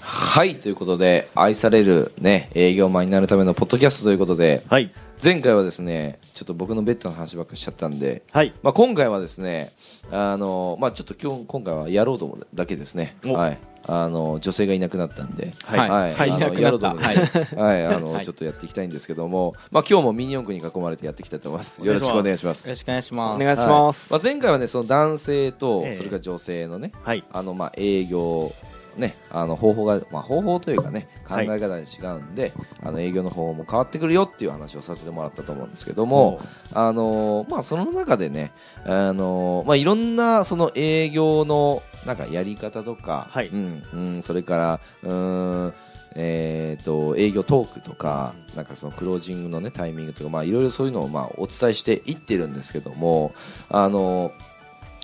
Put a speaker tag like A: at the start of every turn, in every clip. A: はいということで愛されるね営業マンになるためのポッドキャストということで、
B: はい
A: 前回はですねちょっと僕のベッドの話ばっかりしちゃったんで、
B: はい
A: まあ、今回はですねあの、まあ、ちょっと今日今回はやろうと思うだけですね、
B: お
A: はい、あの女性がいなくなったんで、
B: はい
C: はい
A: あ
C: いなくな
A: のやろう
C: った
A: と思うのではいあの
C: はい
A: ちょっとやっていきたいんですけども、まあ、今日もミニ四駆に囲まれてやっていきたいと思いますよろしくお願いします
C: よろしくお願いします。
D: お願いします
A: はいまあ、前回はねその男性
B: ええ
A: とそれから女性のね、
B: はい
A: あのまあ営業ね、あの方法が、まあ、方法というかね考
B: は
A: え
B: い
A: 方が違うんで、あの営業の方法も変わってくるよっていう話をさせてもらったと思うんですけども、あのまあ、その中でね、あのまあ、いろんなその営業のなんかやり方とか、
B: はい
A: うんうん、それからうーんえー、と営業トークとかなんかそのクロージングの、ね、タイミングとか、まあ、いろいろそういうのを、まあ、お伝えしていってるんですけども、あの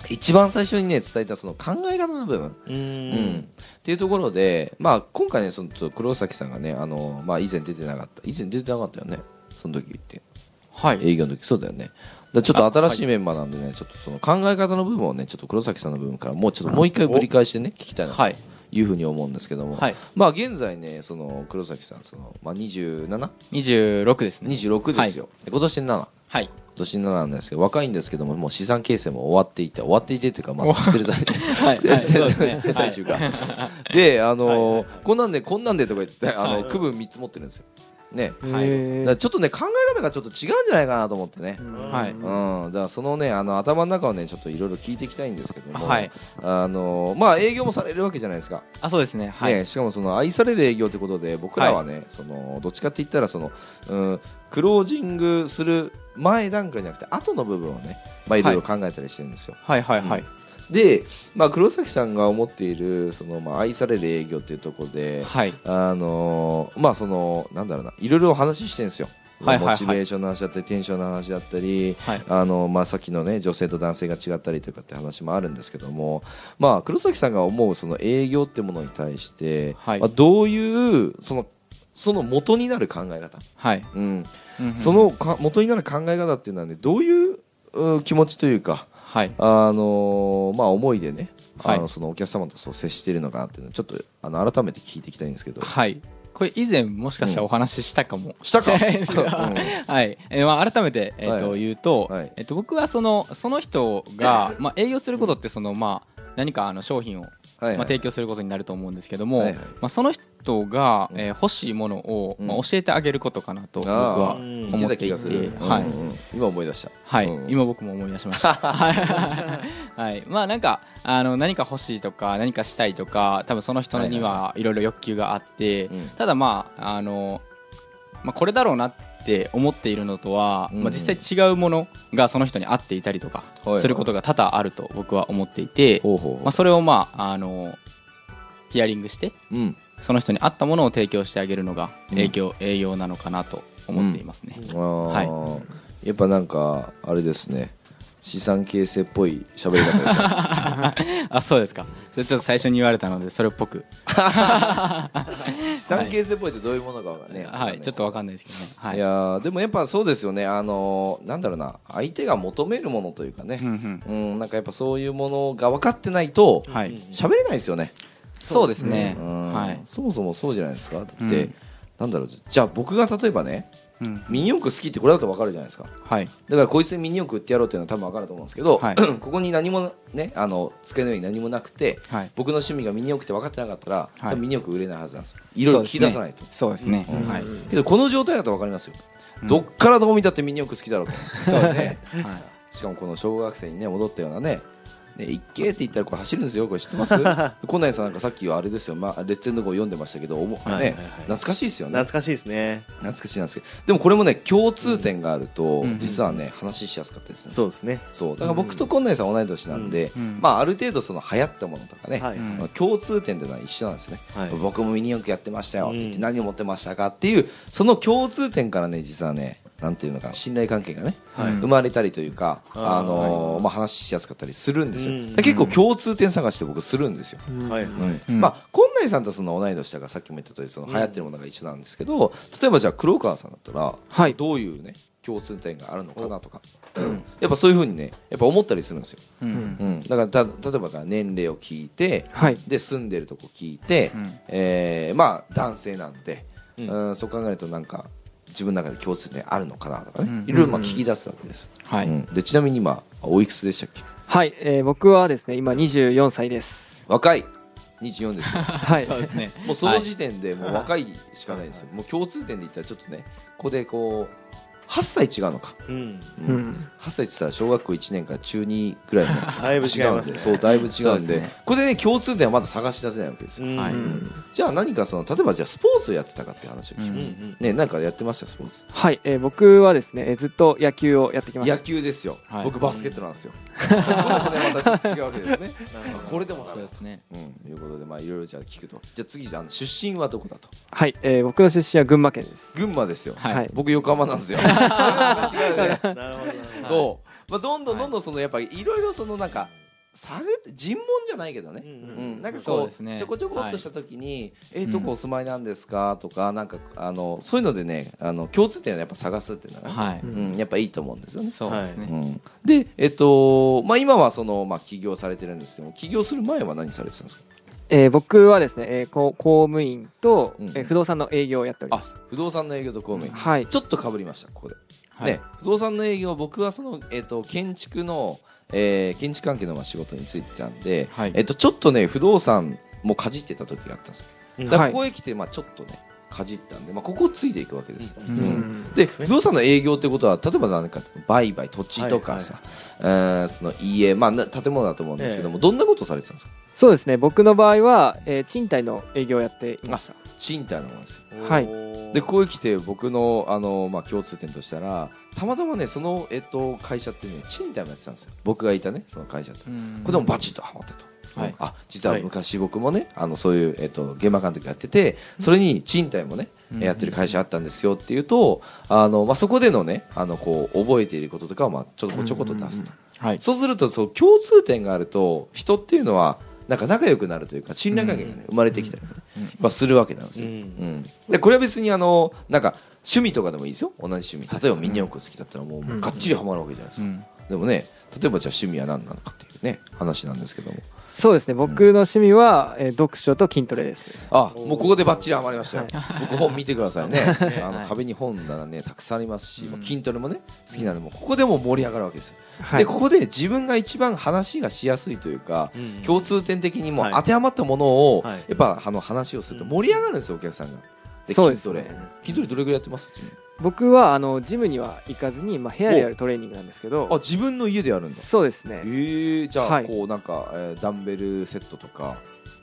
A: 一番最初に、ね、伝えたその考え方の部分、
B: う
A: うん
B: ーん
A: っていうところで、まあ、今回ねそのちょっと黒崎さんがねあの、まあ、以前出てなかった以前出てなかったよねその時って
C: はい。
A: 営業の時そうだよねだからちょっと新しいメンバーなんでね、ちょっとその考え方の部分をねちょっと黒崎さんの部分からもうちょっともう一回ぶり返してね聞きたいな
C: はい。
A: というふうに思うんですけども、
C: はい
A: まあ現在ねその黒崎さんその、まあ、2726
C: 26ですね。
A: ですよ、で今年7
C: はい。
A: 今年7なんですけど若いんですけどももう資産形成も終わっていて終わっていてというかまあしてる最中
C: はい。はい。そうで
A: 生
C: すね。は
A: 最
C: い
A: 中かであのこんなんでこんなんでとか言ってあの区分3つ持ってるんですよね
C: はい
A: だか
D: へー
A: らちょっとね考え方がちょっと違うんじゃないかなと思ってね
C: はい。
A: うん、だからそのねあの頭の中をねちょっといろいろ聞いていきたいんですけども、
C: はい
A: あのまあ営業もされるわけじゃないですか、
C: あ、そうですね。はい。
A: ね、しかもその愛される営業ってことで僕らはね、そのどっちかって言ったらその、うん、クロージングする前段階じゃなくて後の部分をね、まあ、いろいろ考えたりしてるんですよ、
C: はいはいはい。
A: で、まあ、黒崎さんが思っているその、まあ、愛される営業っていうところで、
C: はい。
A: あのーまあそのなんだろうないろいろお話ししてるんですよ、
C: はいはいはい
A: モチベーションの話だったりテンションの話だったり、
C: はい
A: あのまあ、さっきの、ね、女性と男性が違ったりとかって話もあるんですけども、まあ、黒崎さんが思うその営業ってものに対して、
C: はい
A: まあ、どういうそのその元になる考え方、
C: はい。
A: うん
C: うんうん
A: そ、のか元になる考え方っていうのは、ね、どういううん気持ちというか
C: はい。
A: あのーまあ、思いでね、
C: はい
A: あのそのお客様とそう接しているのかなっていうのをちょっとあの改めて聞いていきたいんですけど。
C: はい。これ以前もしかしたらお話ししたかも。
A: した かうん
C: はい。えーまあ改めてえっと
A: はい
C: 言うと
A: はい、
C: えっと僕はそのその人 がまあ営業することってそのまあ何かあの商品を
A: はいはい
C: まあ提供することになると思うんですけども、
A: はいはい
C: まあその人がえー欲しいものを
A: うん
C: まあ教えてあげることかなと僕
A: あ
C: は
A: あ
B: う
A: 言っ
B: ん
A: て
C: 思
A: た
C: って
A: 気
C: い
A: が
C: て、
A: する、
C: は
A: う
C: い。
A: んうん今思い出した
C: はい、
A: うん
C: 今僕も思い出し ました。はい、まあなんかあの何か欲しいとか何かしたいとか多分その人にはいろいろ欲求があって、
A: うん
C: ただまああの、まあ、これだろうなって思っているのとは、
A: うん
C: まあ、実際違うものがその人に合っていたりとか
A: いはい
C: することが多々あると僕は思っていて、
A: ほうほうほう
C: まあ、それをまああのヒアリングして
A: うん
C: その人に合ったものを提供してあげるのが営業,、営業なのかなと思っていますね。
A: ああ、やっぱなんかあれですね資産形成っぽい喋り方でしたね
C: あそうですかそれちょっと最初に言われたのでそれっぽく
A: 資産形成っぽいってどういうものかわかんないね
C: はいちょっとわかんないですけどねはいい
A: やーでもやっぱそうですよねあのーなんだろうな相手が求めるものというかね
C: うんうん
A: うんなんかやっぱそういうものが分かってないと
C: はい
A: 喋れないですよね
C: そうですね
A: うん
C: はい
A: そもそもそうじゃないですかだって、
C: うん
A: なんだろうじゃあ僕が例えばね
C: うん
A: ミニ四駆好きってこれだと分かるじゃないですか
C: はい
A: だからこいつにミニ四駆売ってやろうっていうのは多分分かると思うんですけど、
C: はい
A: ここに何もねあの机の上に何もなくて、
C: はい
A: 僕の趣味がミニ四駆って分かってなかったら、
C: はい
A: 多分ミニ四駆売れないはずなんですよいろいろ聞き出さないと、
C: そうですね
A: うん
C: はい
A: けどこの状態だと分かりますよ、
C: うん
A: どっからどう見たってミニ四駆好きだろうと
C: そうですねはい
A: しかもこの小学生にね戻ったようなねね、一軒って言ったらこれ走るんですよ、これ知ってます コナンさんなんかさっきはあれですよ、まあ、レッツエンド号読んでましたけど、おも
B: はいはい
A: ね
B: はい
A: 懐かしいですよね、
B: 懐かしいですね
A: 懐かしいなんですけどでもこれもね共通点があると、
C: ん
A: 実はね話しやすかったですね
B: そうですね
A: そうだから僕とこんなにさん同い年なんで、
C: うんうん
A: まあ、ある程度その流行ったものとかね、
B: はい
C: ん
A: まあ共通点っていうのは一緒なんですね、
B: はい
A: 僕もミニ四駆やってましたよって言って
B: うん
A: 何を持ってましたかっていうその共通点からね実はねなんていうのかな信頼関係がね、生まれたりというか、
B: あー
A: あのーまあ、話しやすかったりするんですよ、
B: うん
A: だから結構共通点探して僕するんですよ、
B: はい
C: うん
A: まあ、こんないさんとその同い年だからさっきも言った通りその流行ってるものが一緒なんですけど、例えばじゃあ黒川さんだったら、
D: はい
A: どういうね共通点があるのかなとかやっぱそういうふうにねやっぱ思ったりするんですよ、
C: うん
A: うん、だからた例えばだから年齢を聞いて、
B: はい
A: で住んでるとこ聞いて、
C: うん
A: えーまあ男性なんで、
B: うん
A: うん、そう考えるとなんか自分の中で共通点あるのかなとかね、
C: うん
A: いろいろまあ聞き出すわけです、
C: はい
A: うんでちなみに今おいくつでしたっけ
B: はい、えー僕はですね今24歳 です
A: 若い24ですよ
B: はい
C: そうですね
A: もうその時点でもう若いしかないですよ、もう共通点で言ったらちょっとねここでこう8歳違うのか、
D: うん
A: うん
B: うん
A: 8歳ってさ小学校1年から中2くらいの
D: だいぶ違い
A: 違う
D: ます
A: んで
D: ね
A: そうだいぶ違うん
C: そう
A: で
C: ですね
A: これでね共通点はまだ探し出せないわけですよ、
D: うん
C: はい
D: うん
A: じゃあ何かその例えばじゃあスポーツをやってたかって話を聞き
D: う
A: ま
D: ん
A: す、
D: うん
A: ね何かやってましたスポーツ
B: はい、えー僕はですね、えーずっと野球をやってきまし
A: 野
B: た
A: 球ですよ、
C: はい
A: 僕バスケットなんですよこれもねまたちょっと違うわけですねこれでもダ
C: そう
A: メだ
C: ですね
A: うん、ということでまあいろいろじゃあ聞くとじゃあ次じゃああの出身はどこだと
B: はい、えー僕の出身は群馬県です
A: 群馬ですよ、
C: はい
B: はい
A: 僕横浜なんですよこれは違うよね
D: なるほどなるほど
A: そう、まあ、どんどんどんどんそのやっぱりいろいろそのなんか探って尋問じゃないけどね、
D: う
A: うんん
D: うん
A: なんか
C: そう
A: こ
C: です
A: う
C: ね
A: ちょこちょこっとした時に「えどこお住まいなんですか?」とかなんかあのそういうのでねあの共通点をやっぱ探すっていうのがね、
C: は
B: う
C: い
A: うん、やっぱいいと思うんですよね。
C: そうです
A: う
C: ね
A: ん、で、えっとまあ、今はその、まあ、起業されてるんですけども起業する前は何されてたんですか
B: えー僕はですね、えーこ公務員と、
A: うん
B: えー不動産の営業をやっており
A: あ
B: ます
A: 不動産の営業と公務員、
B: はい
A: ちょっとかぶりましたここで、
C: はい
A: ね、不動産の営業僕はその、えっと建築の、えー建築関係のまあ仕事についてたんで、
C: はい
A: えっとちょっとね不動産もかじってた時があったんですよだか
B: は
A: ら
B: い
A: ここへ来て、まあ、ちょっとねかじったんで、まあ、ここをついでいくわけです、
D: うん
A: うんで不動産の営業ってことは例えば何か売買土地とかさ、うんその家、まあ、な建物だと思うんですけども、どんなことされてたんですか
B: そうですね僕の場合は、えー賃貸の営業をやっていました
A: 賃貸のものですよ
B: はい
A: でここへ来て僕のあの、まあ、共通点としたらたまたまねその、えっと、会社ってね賃貸もやってたんですよ僕がいたねその会社と、
C: うん
A: これでもバチッとハマったと、
C: はい
A: あ実は昔僕もねあのそういう、えっと、現場監督やっててそれに賃貸もね、
C: うん
A: やってる会社あったんですよっていうとあの、まあ、そこでのねあのこう覚えていることとかを、まあ、ちょっとこうちょこっと出すと、
C: はい
A: そうするとそう共通点があると人っていうのはなんか仲良くなるというか信頼関係が、ね、生まれてきたりとかねやっぱするわけなんですよ、
D: うん
A: うんでこれは別にあのなんか趣味とかでもいいですよ同じ趣味例えばミニ四駆好きだったらもう,、もうがっちりハマるわけじゃないですか、
C: うん
A: でもね例えばじゃあ趣味は何なのかっていうね話なんですけども
B: そうですね僕の趣味は、えー読書と筋トレです
A: あもうここでバッチリハマりましたよ、僕本見てくださいねあの壁に本棚ねたくさんありますし、もう筋トレもね好きなんでもうここでもう盛り上がるわけですよ、
B: はい
A: でここで自分が一番話がしやすいというか、
D: うん
A: 共通点的にもう
D: はい
A: 当てはまったものを、
D: はい
A: やっぱあの話をすると盛り上がるんですよお客さんがで
B: そうで
A: 筋
B: す
A: トレ、
B: ね
A: 筋トレどれぐらいやってます
B: 僕はあのジムには行かずに、まあ、部屋でやるトレーニングなんですけ
A: あ
B: ど
A: 自分の家でやるんだ
B: そうです
A: え
B: ね
A: ー、じゃあ、
B: はい
A: こうなんか、えーダンベルセットとか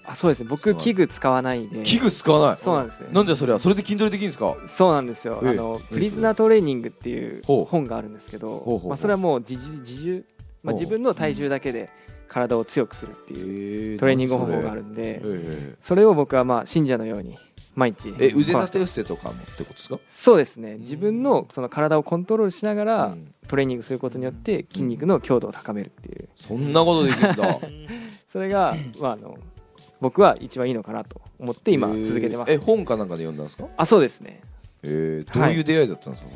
B: あそうですね僕器具使わないんで
A: 器具使わない
B: そうなんですね
A: なんじゃそれはそれで筋トレできるんですか
B: そうなんですよ、
A: ええ
B: あの「プリズナートレーニング」っていう
A: ほう
B: 本があるんですけど、
A: ほうほう
B: まあ、それはもう自重自重、まあ、
A: ほう
B: 自分の体重だけで体を強くするっていうト
A: ト
B: レーニング方法があるんで
A: えー
B: それを僕はまあ信者のように毎日
A: え腕立て伏せとかもってことですか
B: そうですね自分のその体をコントロールしながら
A: うん
B: トレーニングすることによって筋肉の強度を高めるっていう
A: そんなことできるんだ
B: それがまああの僕は一番いいのかなと思って今
A: えー
B: 続けてま
A: え
B: す
A: 本かなんかで読んだんですか
B: あそうですね
A: えーど
B: は
A: う
B: い
A: いう出会いだったんですか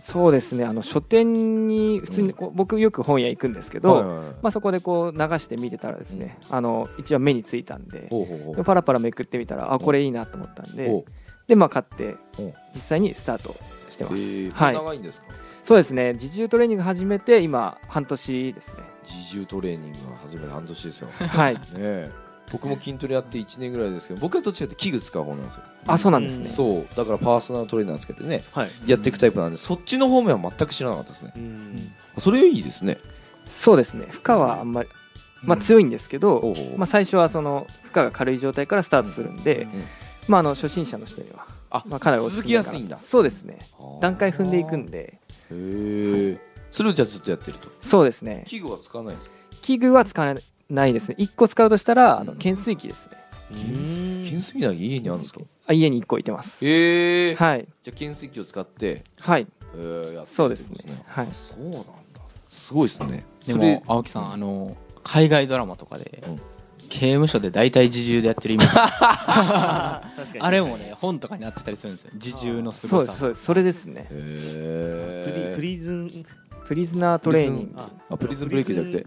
B: そうですねあの書店に普通にこう僕よく本屋行くんですけど、
A: はいはいはい
B: まあ、そこでこう流して見てたらですね、あの一番目についたんで
A: ほうほうほう
B: パラパラめくってみたらあこれいいなと思ったんで
A: ほ
B: でまあ買って
A: ううん
B: 実際にスタートしてます、
A: えー
B: はい
A: 長いんですか
B: そうですね自重トレーニング始めて今半年で すね
A: 自重トレーニングが始めて半年ですよね
B: はい
A: え僕も筋トレやって1年ぐらいですけど僕はどっちかっていうと器具使う方なんですよ
B: あそうなんですね、
A: そうだからパーソナルトレーナーつけてね
D: はい
A: やっていくタイプなんでそっちの方面は全く知らなかったですね
D: うん
A: それいいですね
B: そうですね負荷はあんまり、まあ、強いんですけど、
A: ほうほう
B: まあ、最初はその負荷が軽い状態からスタートするんで、
A: うん
B: まあ、あの初心者の人には、
A: あ
B: まあ、かなりおすす
A: 続
B: め
A: きやすいんだ
B: かなそうですね
A: あー
B: 段階踏んでいくんで
A: へーそれをじゃあずっとやってると
B: そうですね
A: 器具は使わないんですか
B: 器具は使わないですね1個使うとしたらあの
A: うん
B: 懸垂器ですね
A: 懸垂器なんか家にあるんですか
B: あ家に1個置いてます
A: へえ
B: はい
A: じゃあ懸垂器を使って
B: はい
A: えーやってるってこと
B: そうですねはい
A: あそうなんだすごいですね
C: で
A: それ
C: も青木さんあの海外ドラマとかで
A: うん
C: 刑務所で大体自重でやってるイメージ
D: 確かに
C: あ れもね本とかになってたりするんですよ自重のす
B: そう
C: ご
B: です
C: さ
B: そうですそれですね
A: へえ
D: プリプリズン
B: プリズナートレーニング
D: あ
A: あプリズンブレイクじゃなくて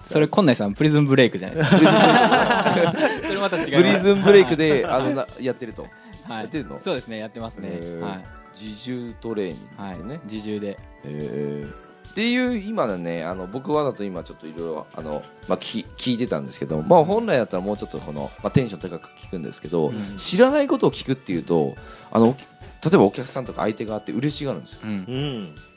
C: それこんないさんプリズンブレイクじゃないですかそれまた違います
A: プリズンブレイクであのなやってる と
C: はい
A: やってるの
C: そうですねやってますね
A: へー
C: はい
A: 自重トレーニング
C: は
A: っ
C: い
A: てね、
C: 自重で
A: えーっていう今のねあの僕はだと今ちょっといろいろあの、まあ、き聞いてたんですけど、まあ、本来だったらもうちょっとこの、まあ、テンション高く聞くんですけど、
C: うん
A: 知らないことを聞くっていうとあの例えばお客さんとか相手があって嬉しがるんですよ
C: うん
D: う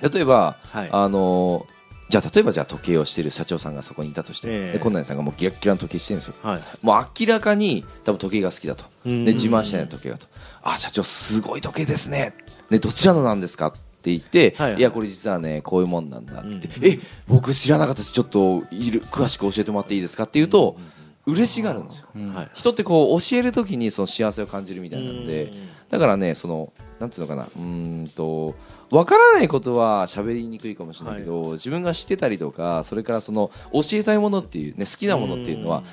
D: ん
A: 例えば、
D: はい
A: あのじゃあ例えばじゃあ時計をしてる社長さんがそこにいたとして、
D: ええ
A: でこんなにさんがもうギラッギラの時計してるんですよ
D: はい
A: もう明らかに多分時計が好きだと
D: うん
A: で自慢したいな時計だとあ社長すごい時計ですねでどちらのなんですかって言って、
D: はい
A: い、
D: はい
A: やこれ実はねこういうもんなんだって言って、
D: う
A: え僕知らなかったですちょっといる詳しく教えてもらっていいですかって言うと、嬉しがるんですよ、
C: うん
D: はい
A: 人ってこう教える時にその幸せを感じるみたいなんで、
D: うん
A: だからねそのなんていうのかなうーんとわからないことは喋りにくいかもしれないけど、自分が知ってたりとかそれからその教えたいものっていうね好きなものっていうのは、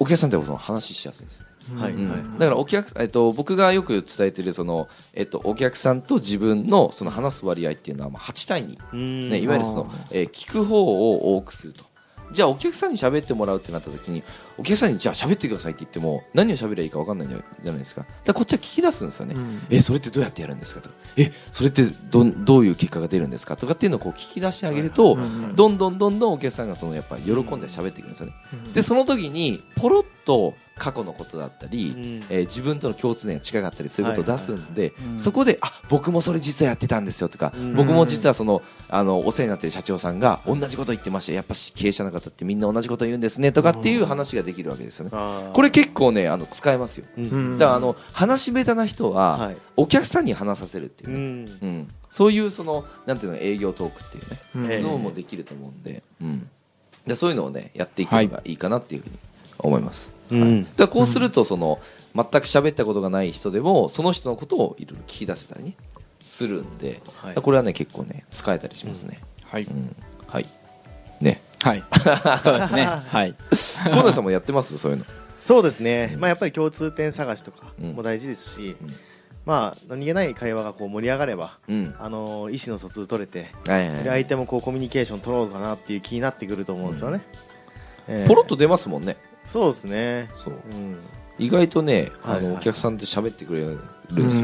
A: お客さんってその話しやすいですね
D: はい
A: うん
D: はい
A: だからお客、えっと、僕がよく伝えてるその、えっと、お客さんと自分のその話す割合っていうのはまあ8対2、
D: うん
A: ね、いわゆるその、えー聞く方を多くするとじゃあお客さんに喋ってもらうってなった時にお客さんにじゃあ喋ってくださいって言っても何を喋りゃいいか分かんないじゃじゃないですかだからこっちは聞き出すんですよね、
B: うん
A: えそれってどうやってやるんですかとえそれってどんどういう結果が出るんですかとかっていうのをこう聞き出してあげると、
B: うんうん
A: どんどんどんどんお客さんがそのやっぱり喜んで喋ってくるんですよね、
B: うん
A: でその時にポロッと過去のことだったり、
D: うん
A: えー自分との共通点が近かったりそういうことを出すんで、
C: うん
A: そこであ僕もそれ実はやってたんですよとか、
D: うん
A: 僕も実はそのあのお世話になってる社長さんが同じこと言ってましたやっぱし経営者の方ってみんな同じこと言うんですねとかっていう話ができるわけですよね。
D: あー
A: これ結構ねあの使えますよ
D: うん
B: うん
A: だからあの話し下手な人
D: は
A: はいお客さんに話させるっていううね、
D: ん
A: うんそういうそのなんていうの営業トークっていうね
B: うん
D: ええ
A: そういうのもできると思うんで,、うん、でそういうのをねやっていけばいいかなっていうふうに思います、
D: うん
A: だからこうするとその、全く喋ったことがない人でもその人のことをいろいろ聞き出せたりねするんで、
D: はい
A: これはね結構ね使えたりしますね、
C: はい
A: うんはいね
C: はいそうですねはい
A: 河野さんもやってますそういうの
D: そうですねまあやっぱり共通点探しとかも大事ですし
A: うん
D: まあ何気ない会話がこう盛り上がれば
A: うん
D: あのー意思の疎通取れて
A: はいはい
D: で
A: はい
D: 相手もこうコミュニケーション取ろうかなっていう気になってくると思うんですよねええ
A: ポロッと出ますもんね
D: そうですね
A: そう
D: うん
A: 意外とね、あ
D: はいは
A: の
D: い
A: お客さんって喋ってくれるんです
B: う
A: よ、
B: ん
D: う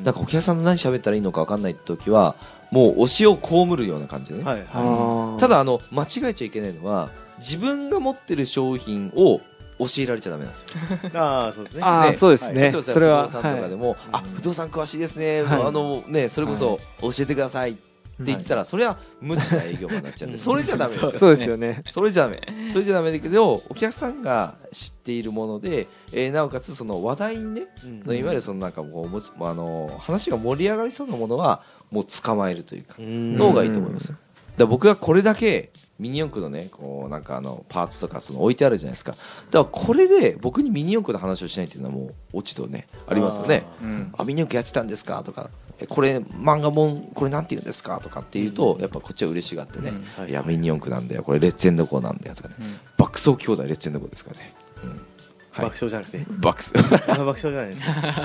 D: ん
A: だからお客さんと何喋ったらいいのか分かんない時はもう推しを被るような感じでね、
D: はい
B: あ
D: は
B: ー
A: ただあの間違えちゃいけないのは自分が持ってる商品を教えられちゃダメなんですよ
D: いああそうですね
B: あー
A: ね
B: そうです
A: 例え
B: ね
A: ばさ
B: それは
A: 不動産とかでも、あ不動産詳しいですね、
B: はい
A: あのねそれこそ教えてくださいって言ってたら、それは無知な営業マンになっちゃうんで、
D: うん
A: それじゃダメです
B: は
A: よ
B: いそうですよね
A: それじゃダメそれじゃダメだけどお客さんが知っているもので、えーなおかつその話題にね、
D: うん
A: そのいわゆるそのなんかこうもちあの話が盛り上がりそうなものはもう捕まえるというか、
D: うん
A: の方がいいと思いますよだから僕がこれだけミニ四駆のねこうなんかあのパーツとかその置いてあるじゃないですかだからこれで僕にミニ四駆の話をしないっていうのはもう落ち度ねありますよね
C: うん
A: あミニ四駆やってたんですかとかえこれ漫画本これなんて言うんですかとかっていうとやっぱこっちは嬉しがってね、
D: うん
A: いやミニ四駆なんだよこれレッツェンド校なんだよとかね、
C: うん
A: 爆走兄弟レッツェンド校ですからね、うんはい
D: 爆笑じゃな くて
A: 爆走
D: あ爆笑じゃないですね 爆笑です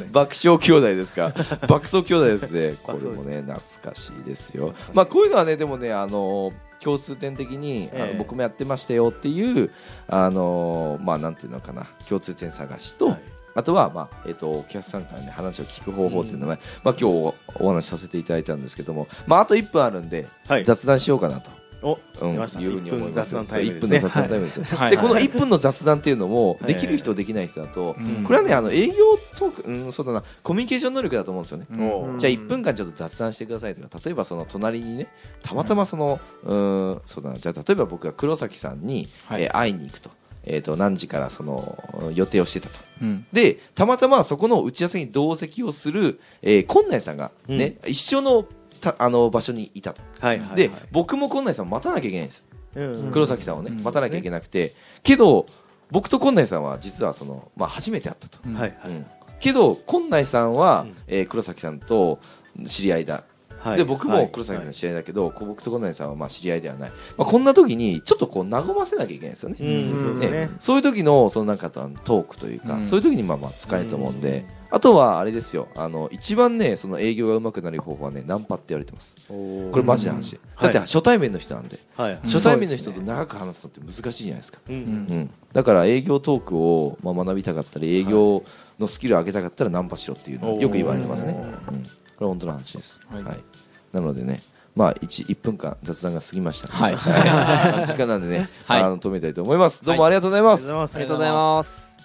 D: ね
A: 爆笑兄弟です か爆走兄弟ですねこ
D: 爆
A: れ
D: 走
A: も
D: です
A: ね懐かしいですよ
D: 懐かしい
A: まあこういうのはねでもねあの共通点的に、あ
D: ええ
A: の僕もやってましたよっていうあのまあなんていうのかな共通点探しと、
D: はい
A: あとは、まあえっとお客さんから、ね、話を聞く方法っていうのは、まあ、今日おお話しさせていただいたんですけども、まあ、あと1分あるんで、
D: はい
A: 雑談しようかなと。
D: お
A: うん、
D: 出ました
A: いうふう
D: 1
A: に思い
D: 分
A: ま
D: 雑
A: す。
D: 談タイムです
A: そう一分の雑
D: ね
A: 談タイムですよ。
C: はい
A: で、この1分の雑談っていうのも、
D: は
A: で
D: い
A: きる人、できない人だと、
C: うん
A: これはね、あの営業トーク、うん、そうだな、コミュニケーション能力だと思うんですよね。
C: うん
D: お
B: うん
A: じゃあ1分間ちょっと雑談してくださいとか例えばその隣にねたまたまその、うーんそうだなじゃあ例えば僕が黒崎さんに、
C: はい
A: えー会いに行くと,、えー、と何時からその予定をしてたと
C: うん
A: でたまたまそこの打ち合わせに同席をする、えー、今内さんが、ね一緒のたあの場所にいたと、
D: はいはい
A: で僕も今内さんを待たなきゃいけないんですよ、
D: うん
A: 黒崎さんをね、
C: うん
A: 待たなきゃいけなくて、けど僕と今内さんは実はその、まあ、初めて会ったと、
C: うん
D: はいは
A: う
D: い
A: んけど今内さんは、
D: うん
A: えー黒崎さんと知り合いだ
D: はい
A: で僕も黒崎さんの知り合いだけど、こう僕と五内さんはまあ知り合いではない、まあ、こんな時にちょっとこう和ませなきゃいけないですよね,、
D: うんそうですね
A: そういう時のそのなんかとあのトークというか、
C: うん
A: そういう時にまあまあ使えると思うんで、あとはあれですよあの一番ねその営業が上手くなる方法はねナンパって言われてます
D: こ
A: これマジな話、だって初対面の人なんで、
D: はい
A: 初対面の人と長く話すのって難しいじゃないですか、
D: うん
C: ん
A: うん、だから営業トークをまあ学びたかったり営業のスキルを上げたかったらナンパしろっていうのをよく言われてますね、
D: お
A: うん、これは本当の話です、は
C: はいい
A: なのでねまあ 1, 1分間雑談が過ぎましたので、
C: はい
A: はい時間なんでね、
C: はい
A: あの止めたいと思いますどうもありがとうございます、
D: ありがとうございます
B: ありがとうございます